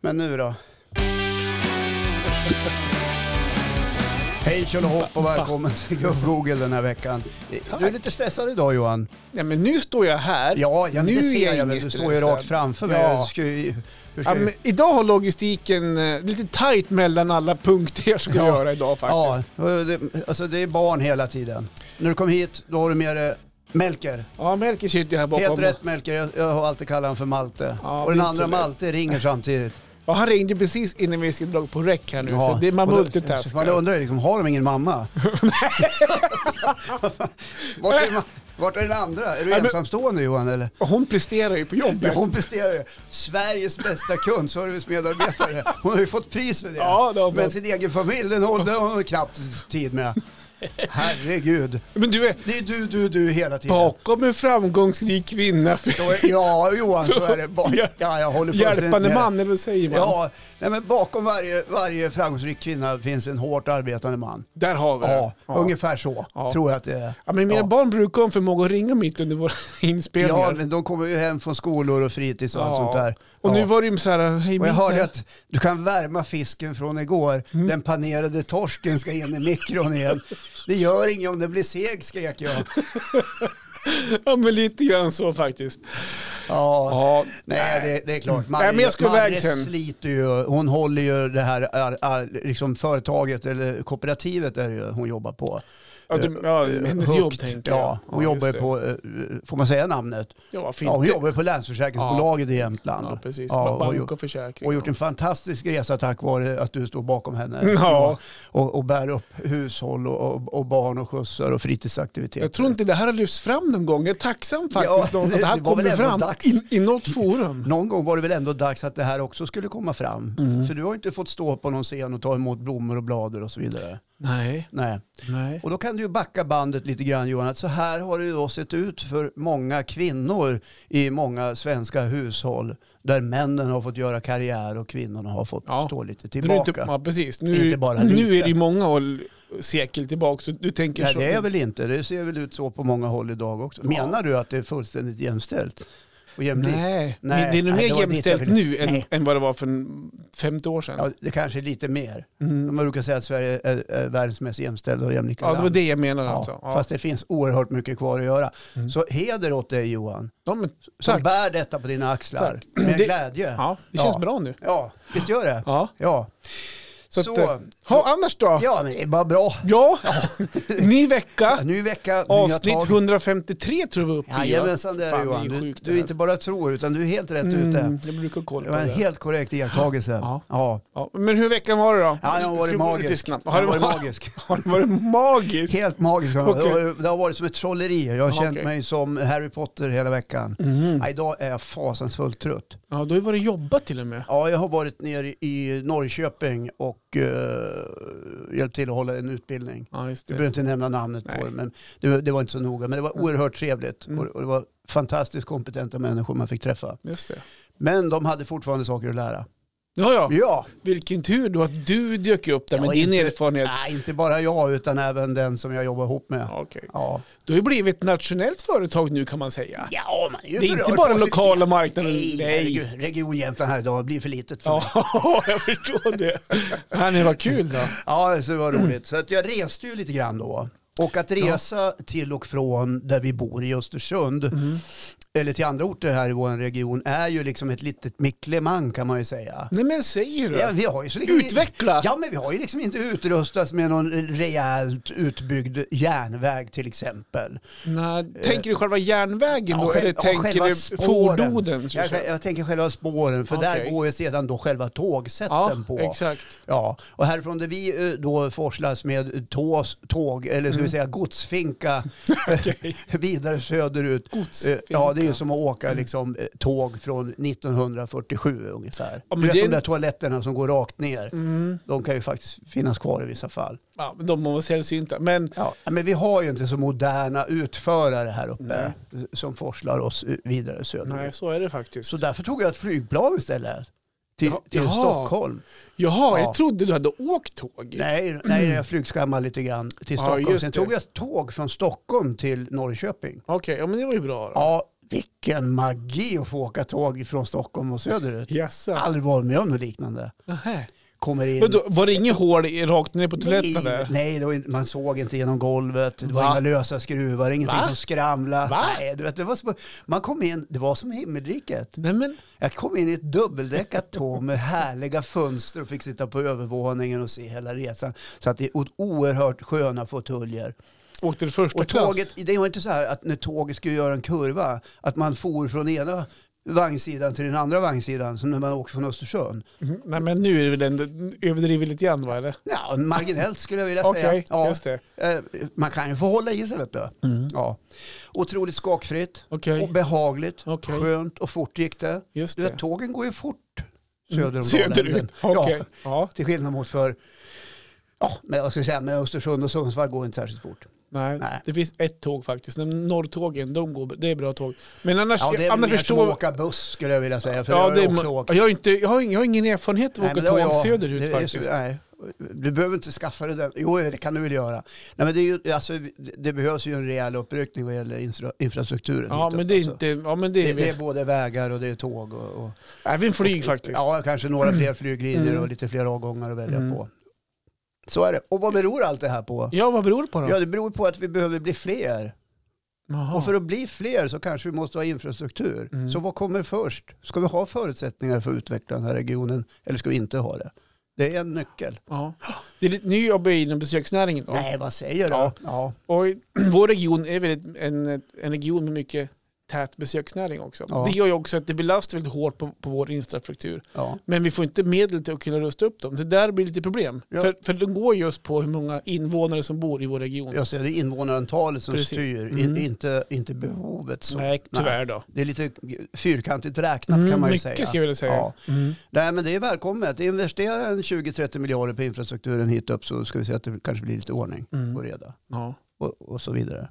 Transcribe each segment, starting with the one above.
Men nu då? Hej Tjolahopp och välkommen till Google den här veckan. Du är lite stressad idag Johan. Ja, men nu står jag här. Ja, jag nu nu är ser jag jag väl. ingen Du står ju stressad. rakt framför mig. Ja. Jag ska ju- hur ska Ja, jag- men idag har logistiken eh, lite tajt mellan alla punkter jag ska Ja. göra idag ja, faktiskt. det, alltså det är barn hela tiden. När du kom hit, då har du med dig Melker. Ja, Melker sitter ju här bakom. Helt rätt Melker, jag, jag har alltid kallat honom för Malte. Ja, och den det är inte andra så lätt. Malte ringer samtidigt. Ja, han ringde precis innan vi skulle dra på räck här nu, Ja, så det är man och då- multitaskar. Man undrar ju liksom, har de ingen mamma? vart, är, ma- vart är den andra? Är du Ja, men- ensamstående Johan eller? Och hon presterar ju på jobbet. Hon presterar ju. Sveriges bästa kundservicemedarbetare. Hon har ju fått pris för det. Ja, det har hon Men fått. sin egen familj, den har den har hon knappt tid med. Herregud. Men du är Det är du, du, du hela tiden. bakom en framgångsrik kvinna. Då är- Ja, Johan, så är det. Ba- Ja. Ja, jag håller fullständigt Hjälpande med dig. man, eller vad säger man? Ja, nej, men bakom varje, varje framgångsrik kvinna finns en hårt arbetande man. Där har vi det. Ja, ungefär så Ja. tror jag att det är. Ja, men mina Ja. barn brukar ha en förmåga att ringa mitt under våra inspelningar. Ja, men de kommer ju hem från skolor och fritids och allt sånt där. Och nu Ja. var det ju så här, hej och jag Mikael. hörde att du kan värma fisken från igår. Mm. Den panerade torsken ska in i mikron igen. Det gör inget om den blir seg, skrek jag. Ja, men lite grann så faktiskt. Ja. Ja, Nej, det, det är klart. Marre, Nej, men jag ska Marre iväg sen. sliter ju. Hon håller ju det här ar, ar, liksom företaget, eller kooperativet där ju hon jobbar på. ja, du, ja hennes eh, Högt. jobb tänker jag. Ja, hon just jobbar ju det. på, eh, får man säga namnet? Ja, varför Ja, hon inte? jobbar ju på Länsförsäkringsbolaget i Jämtland. Ja, precis. Ja, Ja, och, bank gjort, och försäkring. och gjort en fantastisk resa tack vare att du står bakom henne. Ja. Och, och bär upp hushåll och, och, och barn och skjutsar och fritidsaktiviteter. Jag tror inte det här har lyfts fram någon gång. Jag är tacksam faktiskt Ja, någon, att det här det var väl kommer ändå fram dags. i, i något forum. Någon gång var det väl ändå dags att det här också skulle komma fram. Mm. För du har ju inte fått stå på någon scen och ta emot blommor och blader och så vidare. Nej, Nej. nej. Och då kan du ju backa bandet lite grann Johan, att så här har det ju då sett ut för många kvinnor i många svenska hushåll där männen har fått göra karriär och kvinnorna har fått Ja. stå lite Nu är det tillbaka. inte, ja, precis. Nu, Inte bara lite. nu är det ju många år, sekel tillbaka. Så du tänker Nej, så. det är väl inte. Det ser väl ut så på många håll idag också. Menar du att det är fullständigt jämställt och jämlikt? Nej, Nej, men det är nog nej, det var mer dit jag jämställt ville. nu än, Nej. än vad det var för en 50 år sedan. Mm. Ja, det kanske är lite mer. Man brukar säga att Sverige är, är världens mest jämställda och jämlika Ja, det land. var det jag menade Ja, alltså. Ja. Fast det finns oerhört mycket kvar att göra. Så heder åt dig Johan, ja, men, som tack. bär detta på dina axlar Tack. med Det- glädje. Ja, det Ja. känns bra nu. Ja, visst gör det? Ja. Ja. Så, Så att, eh, ha, annars då? ja, men det är bara bra. Ja, ny vecka. Ny vecka, Avsnitt nya tag. 153 tror jag vi var uppe i. Jajamensan det är det, Fan, Johan. det Du, är sjukt det du här. inte bara tror utan du är helt rätt Mm, ute. jag brukar kolla Det på var en det. helt korrekt iakttagelse. Ja. Ja. Ja, men hur veckan var det då? Ja, den har varit Ska vi gå lite magisk. snabbt? Den Har det har varit varit magisk. Har det varit magisk? Helt magisk. har den varit. Okej. Det har- Det har varit som ett trolleri. Jag har Ja, känt okej. Mm. mig som Harry Potter hela veckan. Ja, idag är jag fasansfullt trött. Ja, då har varit jobbat till och med. Ja, jag har varit nere i Norrköping och eh, hjälpt till att hålla en utbildning. Ja, just Du det. behöver inte nämna namnet Nej. Mm. på det, men det, det var inte så noga. Men det var oerhört trevligt och, och det var fantastiskt kompetenta människor man fick träffa. Just det. Men de hade fortfarande saker att lära. Ja, ja. Ja, Vilken tur då att du dök upp där Ja, med din inte- Ah. erfarenhet. nej, inte bara jag utan även den som jag jobbar ihop med. Ja, okej. Ja, Du har ju blivit ett nationellt företag nu kan man säga. ja man ju Det är inte berörd bara den positivt. lokala marknaden. Nej, Nej. herregud, Region Jämtland här idag blir för litet för mig. Ja, jag förstår det. Ja, det var kul då. Ja, så det var roligt. Så att jag reste ju lite grann då. Och att resa till och från där vi bor i Östersund, Mm. eller till andra orter här i vår region, är ju liksom ett litet micklemang kan man ju säga. Nej men säger du? Ja, vi har ju så liksom, Utveckla! Ja, men vi har ju liksom inte utrustats med någon rejält utbyggd järnväg till exempel. Nej, tänker du själva järnvägen då? Eh, själv- eller tänker själva du spåren. fordonen? så att Jag, säga? jag tänker själva spåren, för där Okej. går ju sedan då själva tågsätten Ja, på. exakt. Ja, och härifrån där vi eh, då forslas med tås, tåg, eller ska Mm. vi säga godsfinka, vidare söderut. Godsfinka. Eh, Ja, det är ju som att åka liksom, eh, tåg från 1947 ungefär. Ja, men du vet det är- Mm. de där toaletterna som går rakt ner, de kan ju faktiskt finnas kvar i vissa fall. Ja, men de var sällsynta. Men Ja, men vi har ju inte så moderna utförare här uppe eh, som forslar oss eh, vidare söderut. nej, så är det faktiskt. Så därför tog jag ett flygplan istället. Till, Jaha. till Stockholm. Jaha, Ja. jag trodde du hade åkt tåg. Nej, nej, jag flygskammade lite grann till Ja, Stockholm. just Sen det. tog jag ett tåg från Stockholm till Norrköping. Okej, ja, men det var ju bra. Då. Ja, Vilken magi att få åka tåg från Stockholm och söderut. Jaså? Aldrig varit med om något liknande. Nähä. Kommer in. Vadå, Var det inget hål i- rakt ner på toaletten Nej, där? nej det var inte, man såg inte genom golvet, det var Va? inga lösa skruvar, ingenting Va? som skramlade. Va? Nej, du vet, det var som, man kom in, det var som himmelriket. Nej men, Jag kom in i ett dubbeldäckat tåg med härliga fönster och fick sitta på övervåningen och se hela resan. Så att det är o- oerhört sköna fåtöljer. åkte du första Och klass? tåget, det var inte så här att när tåget skulle göra en kurva, att man for från ena vagnsidan till den andra vagnsidan, som när man åker från Östersund. Mhm. Nej men nu är det väl ändå överdrivet lite grann va eller? Ja, marginellt skulle jag vilja säga. Okej, ja. just det. Mm. Eh, Man kan ju få hålla i sig vet du. Ja. Otroligt skakfritt, Okej, och behagligt, Okej. skönt och fort gick det. just Du vet, det. Mm. tågen går ju fort söder om Dalälven. Söderut? Okej. Ja, Ja. till skillnad mot för, ja, men jag ska säga, men Östersund och Sundsvall går inte särskilt fort. Nej, Nej. det finns ett tåg faktiskt. Men Norrtågen, de går, det är bra tåg. Men annars, Ja, det är väl annars mer som att förstår åka buss skulle jag vilja säga. För jag Ja, har det ju är, också åkt. ma- jag, har inte, jag, har ingen, jag har ingen erfarenhet av att Nej, åka men det har tåg jag. söderut Det är så- faktiskt. nej. Du behöver inte skaffa dig den. Jo, det kan du väl göra. Nej, men det, är ju, alltså, det- det behövs ju en rejäl uppryckning vad gäller infra, infrastrukturen. ja, hit men upp, det är alltså. inte... Ja, men det Det, är, det är väl- både vägar och det är tåg. Och, och, även flyg faktiskt. ja, kanske några fler flyglinjer Mm. och lite fler avgångar att välja Mm. på. Så är det. Och vad beror allt det här på? Ja, vad beror det på då? Ja, det beror på att vi behöver bli fler. Jaha. Och för att bli fler så kanske vi måste ha infrastruktur. Mm. Så vad kommer först? Ska vi ha förutsättningar för att utveckla den här regionen eller ska vi inte ha det? Det är en nyckel. ja. Det är lite ny jobb inom besöksnäringen. Då. Nej, vad säger du? Ja. Ja. Och i- vår region är väl ett- en, en region med mycket tät besöksnäring också. Ja. Det gör ju också att det belastar väldigt hårt på, på vår infrastruktur. ja. Men vi får inte medel till att kunna rusta upp dem. Det där blir lite problem. Ja. För, för de går just på hur många invånare som bor i vår region. Jag ser det är invånarantalet som Precis. styr, i- Mm. inte, inte behovet. Så. Nej, tyvärr då. Mm, Det är lite fyrkantigt räknat kan man ju mycket säga. skulle jag vilja säga. Ja. Mm. Nej, men det är välkommet. Investera en 20-30 miljarder på infrastrukturen hit upp så ska vi se att det kanske blir lite ordning och Mm. reda Ja. och, och så vidare.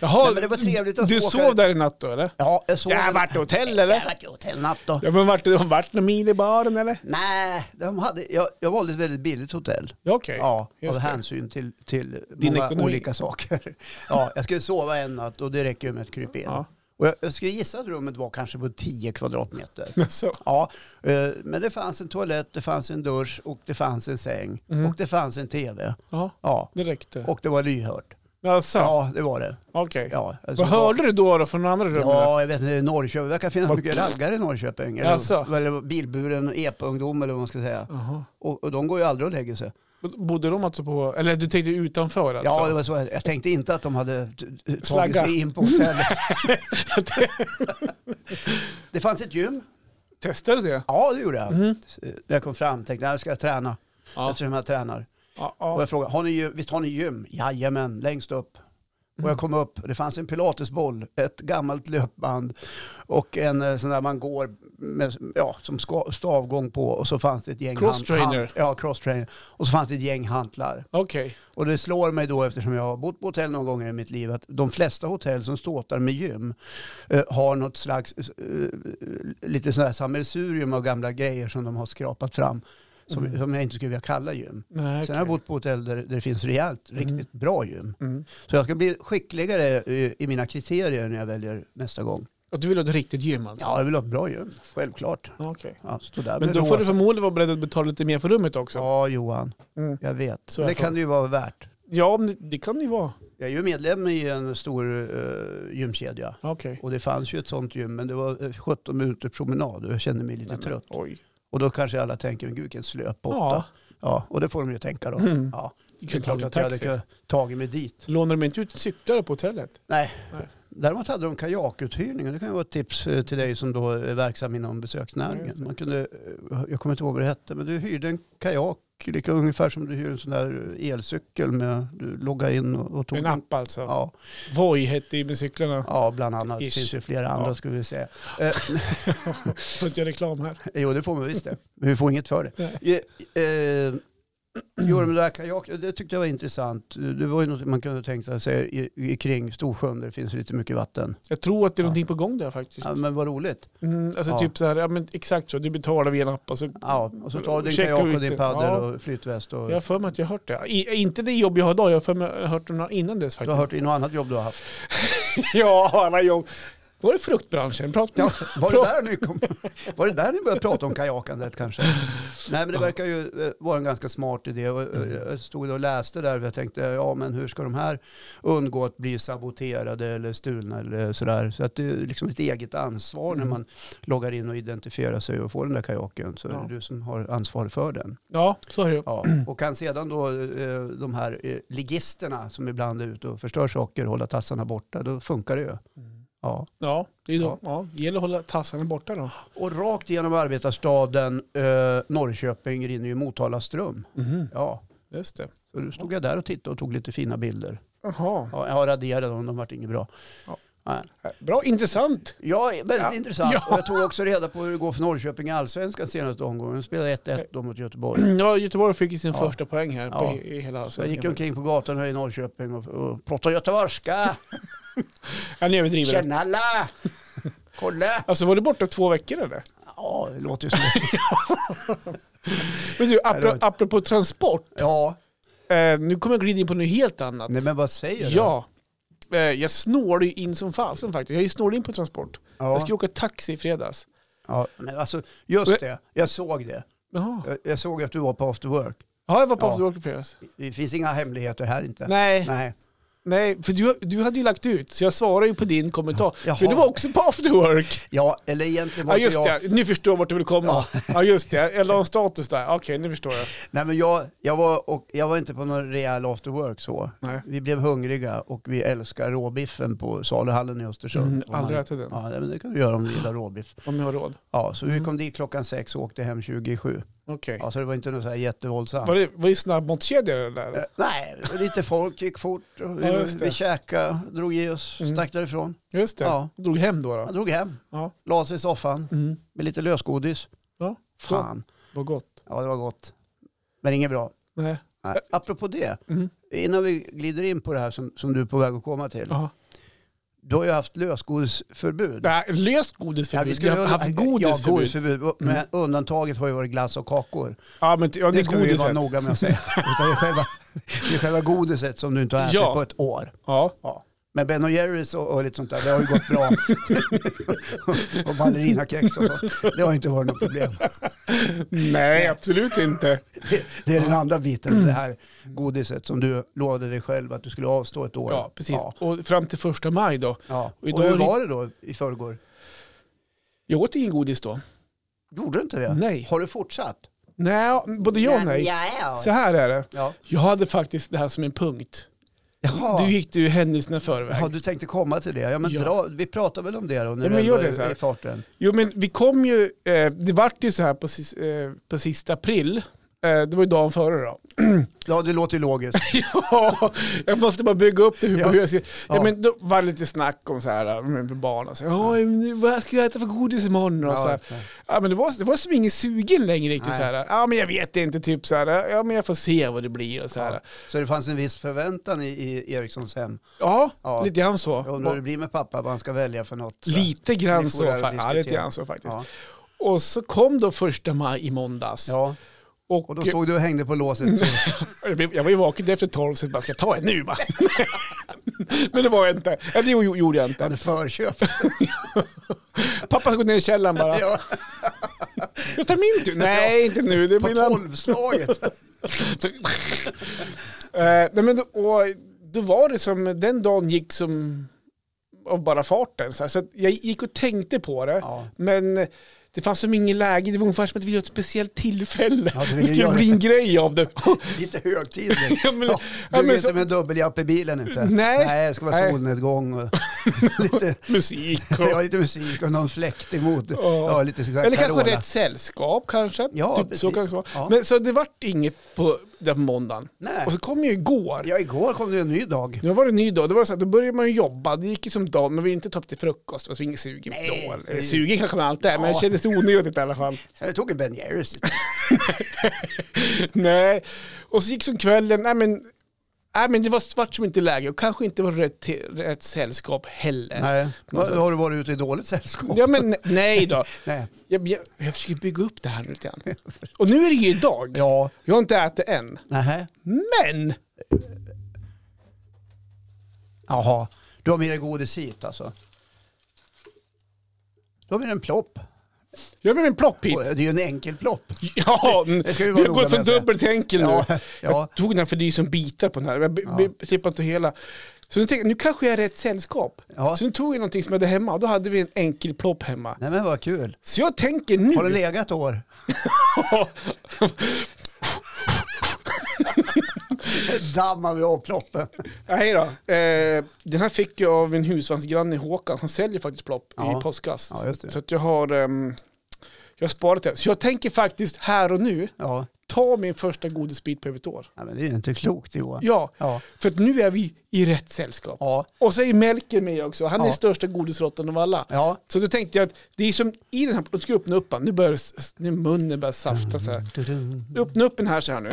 Jaha, Nej, men det var trevligt att du få åka- sov där i natt då eller? Ja, jag såg... Jag har varit i hotell eller? Jag vart i hotellnatt då. Ja, men vart, har varit någon mil i baren eller? Nej, de hade, jag, jag valde ett väldigt billigt hotell. Ja, okej. Ja, just av det. hänsyn till, till Din många ekonomi. olika saker. Ja, jag skulle sova en natt och det räcker ju med ett krypin. Ja. Och jag, jag skulle gissa att rummet var kanske på 10 kvadratmeter. Så. Ja, eh, men det fanns en toalett, det fanns en dusch och det fanns en säng Mm. och det fanns en tv. Ja, Ja, det räckte. och det var lyhört. Alltså, Ja, det var det. okej. Ja, alltså, Vad hörde du då, då från andra rummet? Ja, jag vet inte, Norrköping. Det verkar finnas Vad- mycket raggare i Norrköping. Jaså? Eller, eller bilburen EPA-ungdom eller vad man ska säga. Jaha. Och, och de går ju aldrig och lägger sig. Bodde de alltså på, eller du tänkte utanför alltså? Ja, det var så. jag- Jag tänkte inte att de hade t- t- tagit Slagga. sig in på hotellet. det fanns ett gym. Testade du det? Ja, det gjorde jag. Mhm. När jag kom fram tänkte jag, nu ska jag träna. Ja. Eftersom jag tränar. Ja, Och ja. jag frågade, har ni, gym? visst har ni gym? Jajamän, längst upp. Och Mhm. jag kom upp, det fanns en pilatesboll, ett gammalt löpband och en eh, sån där man går med, ja, som ska- stavgång på och så fanns det ett gäng Cross trainer. ja, cross trainer. Och så fanns det ett gäng hantlar. Okej. Och det slår mig då, eftersom jag har bott på hotell någon gånger i mitt liv, att de flesta hotell som ståtar med gym eh, har något slags, eh, lite sån här sammelsurium av gamla grejer som de har skrapat fram, som, Mm. som jag inte skulle vilja kalla gym. Nej, Sen har jag bott på hotell där, där det finns rejält, riktigt bra gym. Mm. Så jag ska bli skickligare eh, i, i mina kriterier när jag väljer nästa gång. Och du vill ha ett riktigt gym alltså? Ja, jag vill ha ett bra gym, självklart. Ja. Okej. Ja, stå där Men med då får rosa- du förmodligen vara beredd att betala lite mer för rummet också. Ja, Johan, Mm. jag vet. Så jag det får- kan det ju vara värt. Ja, men det- det kan det ju vara. Jag är ju medlem i en stor eh, gymkedja. Okej. Och det fanns ju ett sånt gym, men det var eh, 17 minuter promenad och jag kände mig lite Nej, men, trött. Oj. Och då kanske alla tänker, men gud vilken slöpotta. Ja. Ja. och det får de ju tänka då. Mm. Ja, det Du är kunde klart tagit en att jag hade taxi. kunnat tagit mig dit. Lånar de inte ut cyklar på hotellet? Nej. Nej. Däremot hade de kajakuthyrning och det kan ju vara ett tips eh, till dig som då är verksam inom Ja, just besöksnäringen. det. Man kunde, eh, jag kommer inte ihåg vad det hette, men du hyrde en kajak, lika ungefär som du hyr en sån där eh, elcykel med, du loggade in och, och tog En app alltså? Ja, Voi hette ju med cyklarna. ja, bland annat. Det Ish. finns ju flera andra Ja. skulle vi säga. Får inte göra reklam här. Jo, det får man visst det. Men vi får inget för det. Eh, eh, Jo, men det där kajak, det tyckte jag var intressant. Det var ju något man kunde tänka sig i, i kring Storsjön, där det finns lite mycket vatten. Jag tror att det är Ja. någonting på gång där faktiskt. Ja, men vad roligt. Mm, alltså Ja. typ så här, ja men exakt så. Du betalar via en app och så. Ja, och så tar du din Checka kajak ut och din det. paddel Ja. och flytväst. Och, Jag har för mig att jag har hört det. I, inte det jobb jag har idag, jag har för mig jag har hört det innan dess du faktiskt. har hört i något annat jobb du har haft. ja, alla jobb. Då var det fruktbranschen. Prat, Ja, var, det där ni kom, var det där ni började prata om kajakandet kanske? Nej, men det verkar ju eh, vara en ganska smart idé. Och, eh, Jag stod och läste där och jag tänkte, ja men hur ska de här undgå att bli saboterade eller stulna eller sådär? Så att det är liksom ett eget ansvar när man loggar in och identifierar sig och får den där kajaken. Så är Ja. det du som har ansvar för den. Ja, så är det ju. Ja, och kan sedan då eh, de här eh, ligisterna som ibland är ute och förstör saker, hålla tassarna borta, då funkar det ju. Mm. Ja. Ja, det är då. Ja, det gäller att hålla tassarna borta då. Och rakt genom arbetarstaden eh, Norrköping rinner ju Motala ström. Ja, Just det. så då stod jag där och tittade och tog lite fina bilder. Jaha, Ja, jag har raderat dem, de vart inget bra. Ja. Nej. Äh, bra, intressant. Ja, väldigt Ja. intressant. Ja. Och jag tog också reda på hur det går för Norrköping i allsvenskan senaste omgången. De spelade 1-1 då mot Göteborg. Ja, Göteborg fick ju sin Ja. första poäng här på Ja. he- i hela Så jag gick sändningen. omkring på gatan här i Norrköping och, och pratade göteborgska. Ja, ni överdriver. Tjena alla! Kolla! Alltså var du borta två veckor eller? Ja, det låter ju så. Men du, det var apropå, inte- apropå transport, Ja, eh, nu kommer jag glida in på något helt annat. nej men vad säger du? Ja, eh, jag snålade ju in som fasen faktiskt. Jag snålade in på transport. Jag ja. skulle åka taxi i fredags. ja men alltså, just det. Jag såg det. Jaha. Jag, jag såg att du var på after work. Ja, jag var på Ja. After Work i fredags. Det finns inga hemligheter här inte. Nej, Nej. nej, för du, du hade ju lagt ut, så jag svarade ju på din kommentar. Jaha. För du var också på After Work. Ja, eller egentligen var Ja inte just jag... det, nu förstår jag vart du vill komma. Ja, just det, jag la en status där. Okej, nu förstår jag. Nej, men jag, jag, var, och, jag var inte på någon rejäl after work så. Nej. Vi blev hungriga och vi älskar råbiffen på saluhallen i Östersund. Mm, Om man- aldrig ätit den. Ah. Mm. Ja, nej, men det kan du göra om du gillar råbiff. Om jag har råd. Ja, så vi kom dit klockan sex och åkte hem 27. Okej. Ja, så det var inte något så här jättevåldsamt. Var det, var det snabbmatskedja det där? Eh, Nej, det var lite folk gick fort. Och vi, Ja, just det. vi käkade, drog i oss, Mm. stack därifrån. Just det, Ja. drog hem då. Jag då. drog hem, Ja. la sig i soffan Mm. med lite lösgodis. Ja, Fan, Vad gott. ja det var gott. Men inget bra. Nej. Nej. Apropå det, Mm. innan vi glider in på det här som, som du är på väg att komma till. Ja. Du har ju haft lösgodisförbud. Nej, löst godisförbud. vi har haft Ja, godisförbud. Mm. godisförbud. Men undantaget har ju varit glass och kakor. Ja, men t- ja, det, Det är ska vi ju vara godiset. noga med att säga. Utan det, är själva, det är själva godiset som du inte har ätit Ja. på ett år. Ja. Ja. Men Ben Jerrys och, och lite sånt där, det har ju gått bra. och ballerinakex och sånt. Det har inte varit något problem. Nej, absolut inte. Det, det är den andra biten, det här godiset som du lovade dig själv att du skulle avstå ett år. Ja, precis. Ja. Och fram till första maj då. Ja. Och idag Och är hur det- var det då i förrgår? Jag åt ingen godis då. Gjorde du inte det? Nej. Har du fortsatt? Nej, både ja och nej. Så här är det. Ja. Jag hade faktiskt det här som en punkt. Jaha. Du Du, gick du händelserna i förväg. ja, du tänkte komma till det. Ja, men Ja. Dra, vi pratar väl om det då när Ja, men vi gör ändå det så här. är i farten. Jo men vi kom ju, eh, det vart ju så här på, sis, eh, på sista april. Eh, det var ju dagen före då. Ja, det låter ju logiskt. ja, jag måste bara bygga upp det. Hur, Ja. hur jag ska, ja. Ja. men då var det lite snack om så här eh, med barn och så här, "Ja, men vad ska jag äta för godis imorgon? Och så här. ja. Ja, men det, var, det var som ingen sugen längre riktigt. Nej. Så här. Ja men jag vet inte, typ så här, ja men jag får se vad det blir och så här. Ja. Så det fanns en viss förväntan i, i Erikssons hem. Ja, Ja. lite grann så. Jag undrar hur det blir med pappa, vad han ska välja för något. så. Lite Ni grann får så, där och fa- ja, lite diskutera. grann så faktiskt. Ja. Och så kom då första maj i måndags. ja, Och, och då stod du och hängde på låset. Jag blev- Jag var ju vaken efter tolv så jag bara, ska jag ta en nu? Bara. Men det var jag inte. Eller det gjo- gjorde jag Du inte. hade förköpt. Pappa ska gå ner i källaren bara. Ja, Jag tar min tur. Nej, inte nu. Det på blir en- tolvslaget. Eh, Nej, men då, och då var det som, den dagen gick som av bara farten. Så, här. så att jag gick och tänkte på det. Ja. Men det fanns som ingen läge. Det var ungefär som att vi gjorde ett speciellt tillfälle. Ja, du ville det skulle göra bli en grej av det. Lite högtidligt. Ja, men- Ja, ja, du men är så- inte med dubbeljapp i bilen inte? Nej. Nej, det ska vara Nej. solnedgång och lite, Musik och... ja, lite musik och någon fläkt emot. Ja, lite så här Eller kanske Carola. rätt sällskap kanske. Typ Ja, så precis. kanske det var. Ja. Men så det vart inget på, där på måndagen. Nej. Och så kom ju igår. Ja, igår kom det en ny dag. Nu var det en ny dag. Det var så här, då började man ju jobba. Det gick ju som dag, men vi inte ta upp till frukost. Det var så ingen sugen Nej. då. Eller sugen kanske man alltid är, men Ja. det kändes onödigt i alla fall. Jag tog en Ben Jerrys. nej. Och så gick som kvällen, nej men, nej men det var svart som inte läge och kanske inte var rätt, te- rätt sällskap heller. Nej. Har har du varit ute i dåligt sällskap? Ja men nej då. Nej. Jag, jag, jag försöker bygga upp det här nu lite grann. Och nu är det ju idag. Ja. Jag har inte ätit än. Nähä. Men! Jaha. Du har med dig godis hit alltså? Då blir det en plopp. Jag blev en plopp hit. Och Det är ju en enkel plopp. Ja, mm. det ska vi vi vara har noga gått från med att säga. dubbel till enkel nu. Ja, ja. Jag tog den här för det är ju som bitar på den här. Jag Ja. ja. slipper inte hela. Så nu tänkte jag, nu kanske jag är i rätt sällskap. Ja. Så nu tog jag någonting som jag hade hemma och då hade vi en enkel plopp hemma. Nej men vad kul. Så jag tänker nu... Har det legat år? Dammar vi av ploppen. Nej då. Eh, den här fick jag av min husvagnsgranne Håkan som säljer faktiskt plopp Ja. i postkast. Ja, just det. Så att jag har... ehm, jag har sparat det. Så jag tänker faktiskt här och nu Ja, ta min första godisbit på över ett år. Nej, men det är ju inte klokt Johan. Ja, Ja. för att nu är vi i rätt sällskap. Ja. Och så är Melker med också. Han är Ja. största godisråttan av alla. Ja. Så då tänkte jag att det är som i den här, då ska jag öppna upp den. Nu börjar s- s- nu munnen börjar safta så Mm. här. Öppna upp den här så här nu.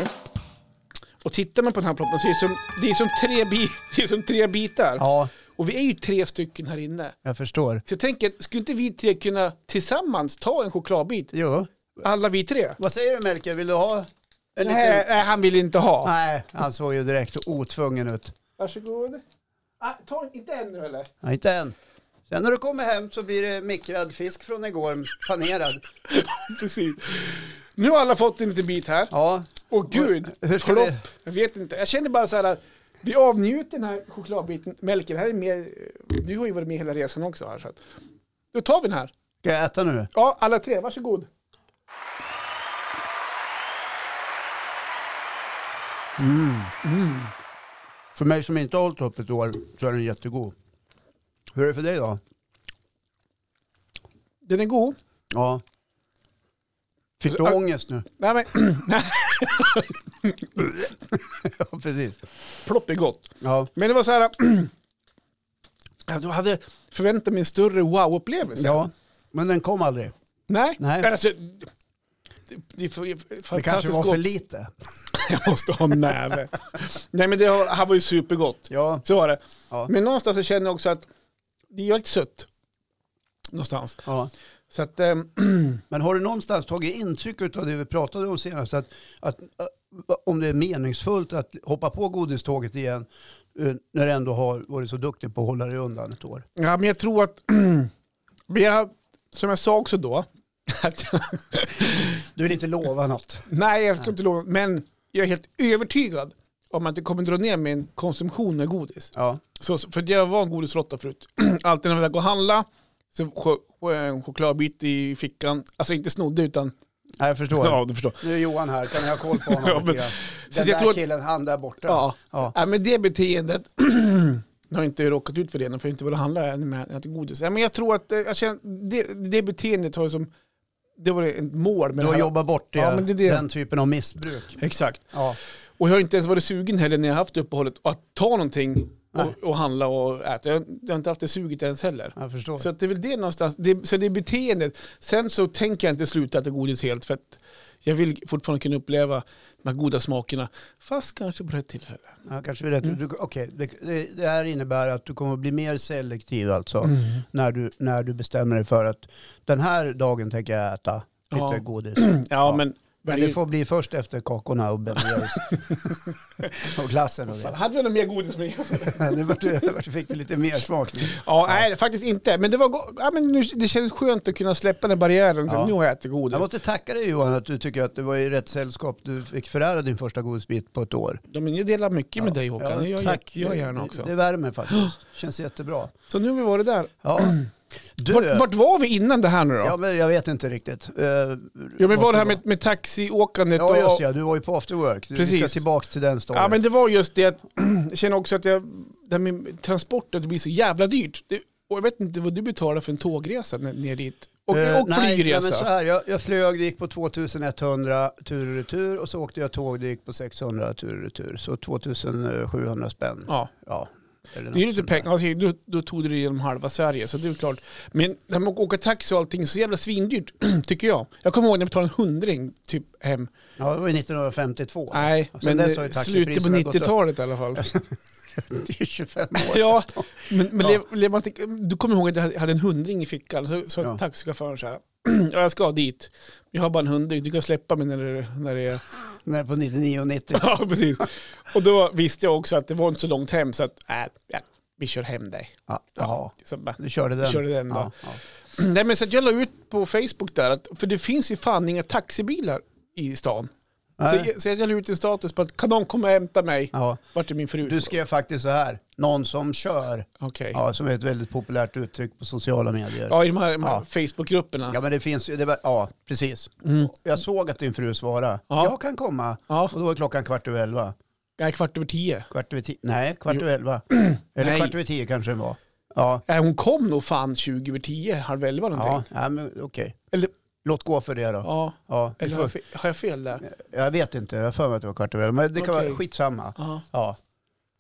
Och tittar man på den här ploppen så är det som, det är som, tre, bi, det är som tre bitar. Ja, Och vi är ju tre stycken här inne. jag förstår. Så jag tänker, att skulle inte vi tre kunna tillsammans ta en chokladbit? Jo. Alla vi tre? Vad säger du Melker, vill du ha? En Nej, liten... nej, han vill inte ha. Nej, han såg ju direkt otvungen ut. Varsågod. Ah, ta inte en nu eller? Nej, inte än. Sen när du kommer hem så blir det mikrad fisk från igår, panerad. Precis. Nu har alla fått en liten bit här. Ja, Och gud, hur ska plopp. vi- Jag vet inte. Jag känner bara så här att vi avnjuter den här chokladbiten. Melker, det här är mer... Du har ju varit med hela resan också här. Så att. Då tar vi den här. ska jag äta nu? Ja, alla tre. Varsågod. För mig som inte har hållit upp ett år så är den jättegod. Hur är det för dig då? Den är god. Ja. Fick du Ja. ångest nu? Nej, men Ja, precis. plopp är gott. Ja, Men det var så här... Jag hade förväntat mig en större wow-upplevelse. ja. men den kom aldrig. Nej. Nej. Men Alltså, det, det, är för- Det kanske fantastiskt var gott. för lite. Jag måste ha en näve. Nej men det har- här var ju supergott. Ja, Så var det. Ja. Men någonstans så känner jag också att det är lite sött. Någonstans. ja. Så att, ehm, Men har du någonstans tagit intryck av det vi pratade om senast? Att, att, äh, om det är meningsfullt att hoppa på godiståget igen eh, när du ändå har varit så duktig på att hålla dig undan ett år? ja men jag tror att, men jag, som jag sa också då, att, Du vill inte lova något. nej jag ska inte lova, men jag är helt övertygad om att det kommer dra ner min konsumtion av godis. Ja, Så, så- för jag var en godisråtta förut. Alltid när jag var och handla, så ch- ch- en chokladbit i fickan. Alltså inte snodde utan, Nej, jag förstår. ja du förstår. Nu är Johan här, kan jag ha koll på honom? Ja, men- lite grann? så Den att jag där tror att- killen, han där borta. Ja. Ja. Ja, men det beteendet jag har inte råkat ut för det, för jag inte vill handla än med äta godis. Ja, men jag tror att eh, jag känner, det, det beteendet har ju som, det var ett mål med Du det har här. jobbat bort det, Ja, men det är det. den typen av missbruk. Exakt. Ja, Och jag har inte ens varit sugen heller när jag haft uppehållet att ta någonting Nej. och, och handla och äta. Jag, jag har inte haft det suget ens heller. jag förstår. Så att det är väl det någonstans, det, så det är beteendet. Sen så tänker jag inte sluta äta godis helt för att jag vill fortfarande kunna uppleva de här goda smakerna, fast kanske på rätt tillfälle. Ja, kanske är rätt. Mm. Du, okej, det, det, det här innebär att du kommer att bli mer selektiv alltså. Mm. När, du, när du bestämmer dig för att den här dagen tänker jag äta lite Ja. godis. Ja, men... Mm. Men det får bli först efter kakorna och Ben Jerrys. och glassen och Fan, det. hade vi något mer godis med? Nu vart du- vart du- fick du lite mer smak. nu. Ja, nej faktiskt inte. Men det, var go- ja, men nu, det kändes skönt att kunna släppa den barriären. Så Ja. Nu har jag ätit godis. Jag måste tacka dig Johan att du tycker att du var i rätt sällskap. Du fick förära din första godisbit på ett år. Ja, men jag delar mycket med dig Håkan. Ja, jag, tack. jag, jag gärna också. Det, det värmer faktiskt. Känns jättebra. Så nu har vi varit där. Ja. Du, Vart, vart var vi innan det här nu då? ja, Ja, men jag vet inte riktigt. Eh, men var vart det du här med, med taxiåkandet? Ja, just och, ja. Du var ju på after work. Du- Vi ska Precis. tillbaka till den storyn. ja, men det var just det att jag känner också att jag, det här med transporter, det blir så jävla dyrt. Det, och jag vet inte vad du betalar för en tågresa ner ner dit. Och, Eh, och nej, flygresa. Nej, men så här, jag, jag flög, det gick på 2100 tur och retur och så åkte jag tåg, det gick på 600 tur och retur. Så 2700 spänn. Ja. ja. eller Det är ju något lite sånt där. pengar. Alltså, då, då tog du dig genom halva Sverige, så det är ju klart. Men det här med att åka taxi och allting är så jävla svindyrt, tycker jag. Jag kommer ihåg när jag betalade en hundring typ hem. Ja, det var ju 1952. Nej, Och Alltså, sen men dess har ju det- slutet på taxipriserna gått upp. 90-talet i alla fall. det är ju 25 år. ja, men, men Ja. lev- lev- man tänker- du kommer ihåg att jag hade- hade en hundring i fickan, så sa Ja. taxichauffören så här, ja, jag ska dit. Jag har bara en hundring, du kan släppa mig när det, när det är... Nej, på 99 och 90. Ja, precis. Och då visste jag också att det var inte så långt hem, så att, äh, ja, vi kör hem dig. Ja, ja. Så bara, du körde den. körde den då. Ja, ja. Nej, men så att jag la ut på Facebook där, att, för det finns ju fan inga taxibilar i stan. Så Nej. jag, så jag la ut en status på att kan någon komma och hämta mig? Ja. Vart är min fru? Du skrev faktiskt så här, någon som kör. Okej. Ja, som är ett väldigt populärt uttryck på sociala medier. Ja, i de här, de här Ja. Facebookgrupperna. Ja, men det finns ju, det var, ja precis. Jag såg att din fru svarade, Mm. Ja. jag kan komma. Ja. Och då är klockan kvart över elva. Nej, kvart över tio. Kvart över tio, nej, kvart Jo. över elva. Eller Nej. kvart över tio kanske den var. Ja, Nej, hon kom nog fan 20 över tio, halv elva någonting. ja, ja men okej. Eller, Låt gå för det då. Ja. ja. vi Eller har, får, jag fel, har jag fel där? jag vet inte, jag har för mig att det var kvart över elva. Men det kan Okej. vara skitsamma. Ja, Ja.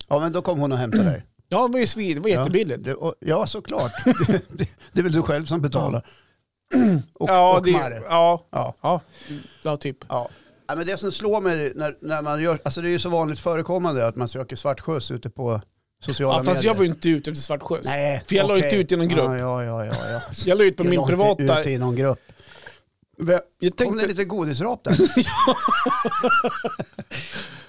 ja, men då kom hon och hämtade dig. ja det var ju svin, det var jättebilligt. Ja, det- och- ja såklart. det, det är väl du själv som betalar. Och, Ja, och det, Marre. ja, Ja. ja, ja, typ. Ja. Ja, men det som slår mig när, när man gör, alltså det är ju så vanligt förekommande att man söker svartskjuts ute på sociala Ja, fast medier. jag var ju inte ute efter Svartsjös. Nej, för jag la okej. inte ut i någon grupp. Ja, ja, ja, ja, ja. Jag la ut på Jag min la inte privata... Ut i någon grupp. Vem- Jag Kom det tänkte, lite godisrap där?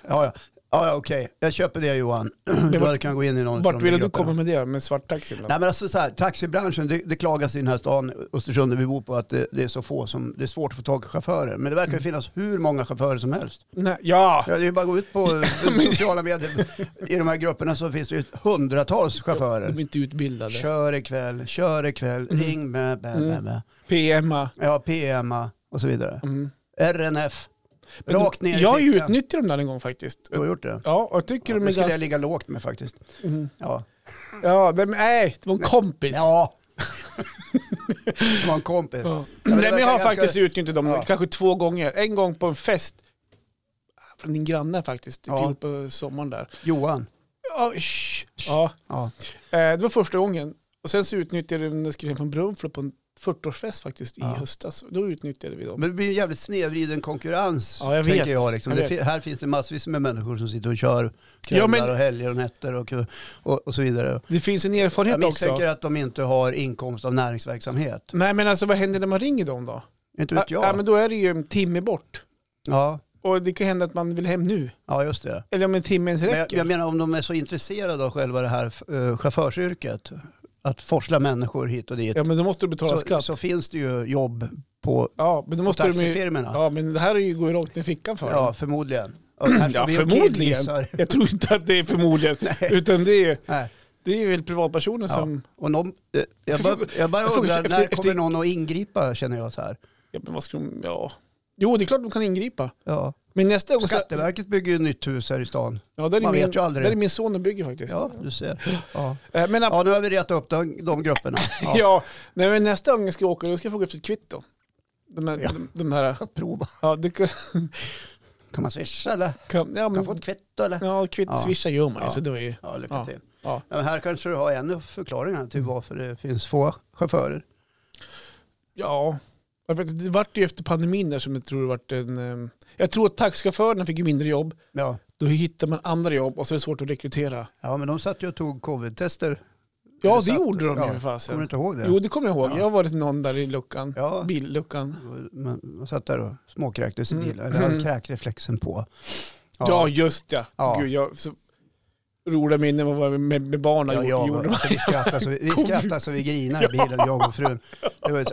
ja, ja. Ja, ja okej. Jag köper det Johan. Du vart- hade kunnat gå in i någon av vart de ville du grupperna. komma med det med svarttaxin? då? Nej men alltså så här, taxibranschen, det, det klagas i den här stan Östersund där vi bor på att det, det är så få som, det är svårt att få tag i chaufförer. Men det verkar Mm. ju finnas hur många chaufförer som helst. Nej, ja, Ja, det är ju bara att gå ut på sociala medier. I de här grupperna så finns det ju hundratals de är chaufförer. inte utbildade. Kör ikväll, kör ikväll, Mm. ring med, med, med, med. PMa. Ja, PMA och så vidare. Mm. RNF. Men de- Rakt ner i Jag har ju fickan. utnyttjat dem där en gång faktiskt. Du har gjort det? Ja, och jag tycker de Det är skulle ganska... jag ligga lågt med faktiskt. Mm. Ja. Ja, det, nej, det var en kompis. ja. Det var en kompis. Ja. men det Nej, men jag verkar har ganska- faktiskt utnyttjat dem Ja. kanske två gånger. En gång på en fest från din granne faktiskt, i Ja. fjol på sommaren där. Johan. Ja, shh. ja. Ja. Eh, det var första gången. Och sen så utnyttjade jag den när jag skulle hem från Brunflo på en 40-årsfest faktiskt i Ja. höstas. Då utnyttjade vi dem. Men det blir ju jävligt snedvriden konkurrens. Ja, jag vet. Tänker jag, liksom. Jag det, vet. fin- här finns det massvis med människor som sitter och kör kvällar Ja, men- och helger och nätter och, och, och så vidare. Det finns en Jag erfarenhet också. misstänker att de inte har inkomst av näringsverksamhet. Nej men alltså vad händer när man ringer dem då? Inte vet jag. Ja, men då är det ju en timme bort. ja. Och det kan hända att man vill hem nu. ja, just det. Eller om en timme ens Men jag, räcker. jag menar om de är så intresserade av själva det här uh, chaufförsyrket, att forsla människor hit och dit, ja men då måste du betala så, skatt. så finns det ju jobb på, ja men då på måste de ju... taxifirmorna. Ja, Ja men det här är ju går ju rakt ner i fickan för dem. förmodligen. Och här står Ja, vi och förmodligen. killgissar. Jag tror inte att det är förmodligen. utan det är ju Nej. det är väl privatpersoner Ja. som... Och någon, eh, jag, bara, jag bara jag frågar- undrar, efter- när efter- kommer någon att ingripa känner jag så här. Ja men vad ska de... Ja. Jo det är klart de kan ingripa. Ja. Men nästa gång... så- Skatteverket bygger ju nytt hus här i stan. Ja, där är Man min, vet ju aldrig. Där är min son och bygger faktiskt. Ja, du ser. Ja, Eh, Men, ap- ja nu har vi retat upp de, de grupperna. ja. Nej, men nästa gång jag ska åka då ska jag fråga efter ett kvitto. De här, Ja. de, de här Prova. ja, du kan, Kan man swisha eller? kan, ja, Kan men, man få ett kvitto eller? ja, kvitto Ja. swishar gör man ju, Ja. så det var ju... Ja, lycka Ja. till. Ja. Mm. Ja, men här kanske du har en förklaring till varför det finns få chaufförer. Ja, jag vet, inte, det vart ju efter pandemin där som jag tror det vart en... eh, Jag tror att taxichaufförerna fick ju mindre jobb. Ja, Då hittar man andra jobb och så är det svårt att rekrytera. ja men de satt ju och tog covid-tester. Ja, Eller det satt- gjorde de ja. ju Kommer du fasen. inte ihåg det? Jo, det kommer jag ihåg. Ja. Jag har varit någon där i luckan. Ja, Billuckan. men man satt där och småkräktes i Mm. bilen. Eller hade kräkreflexen på. Ja, just ja. Ja. Gud, jag, så, roliga minnen med, vad- med, med barnen Ja, gjorde- jag, gjorde var- man. vi skrattade så vi, vi Kom. skrattade så vi grinade i bilen, jag och frun. Det var ju så,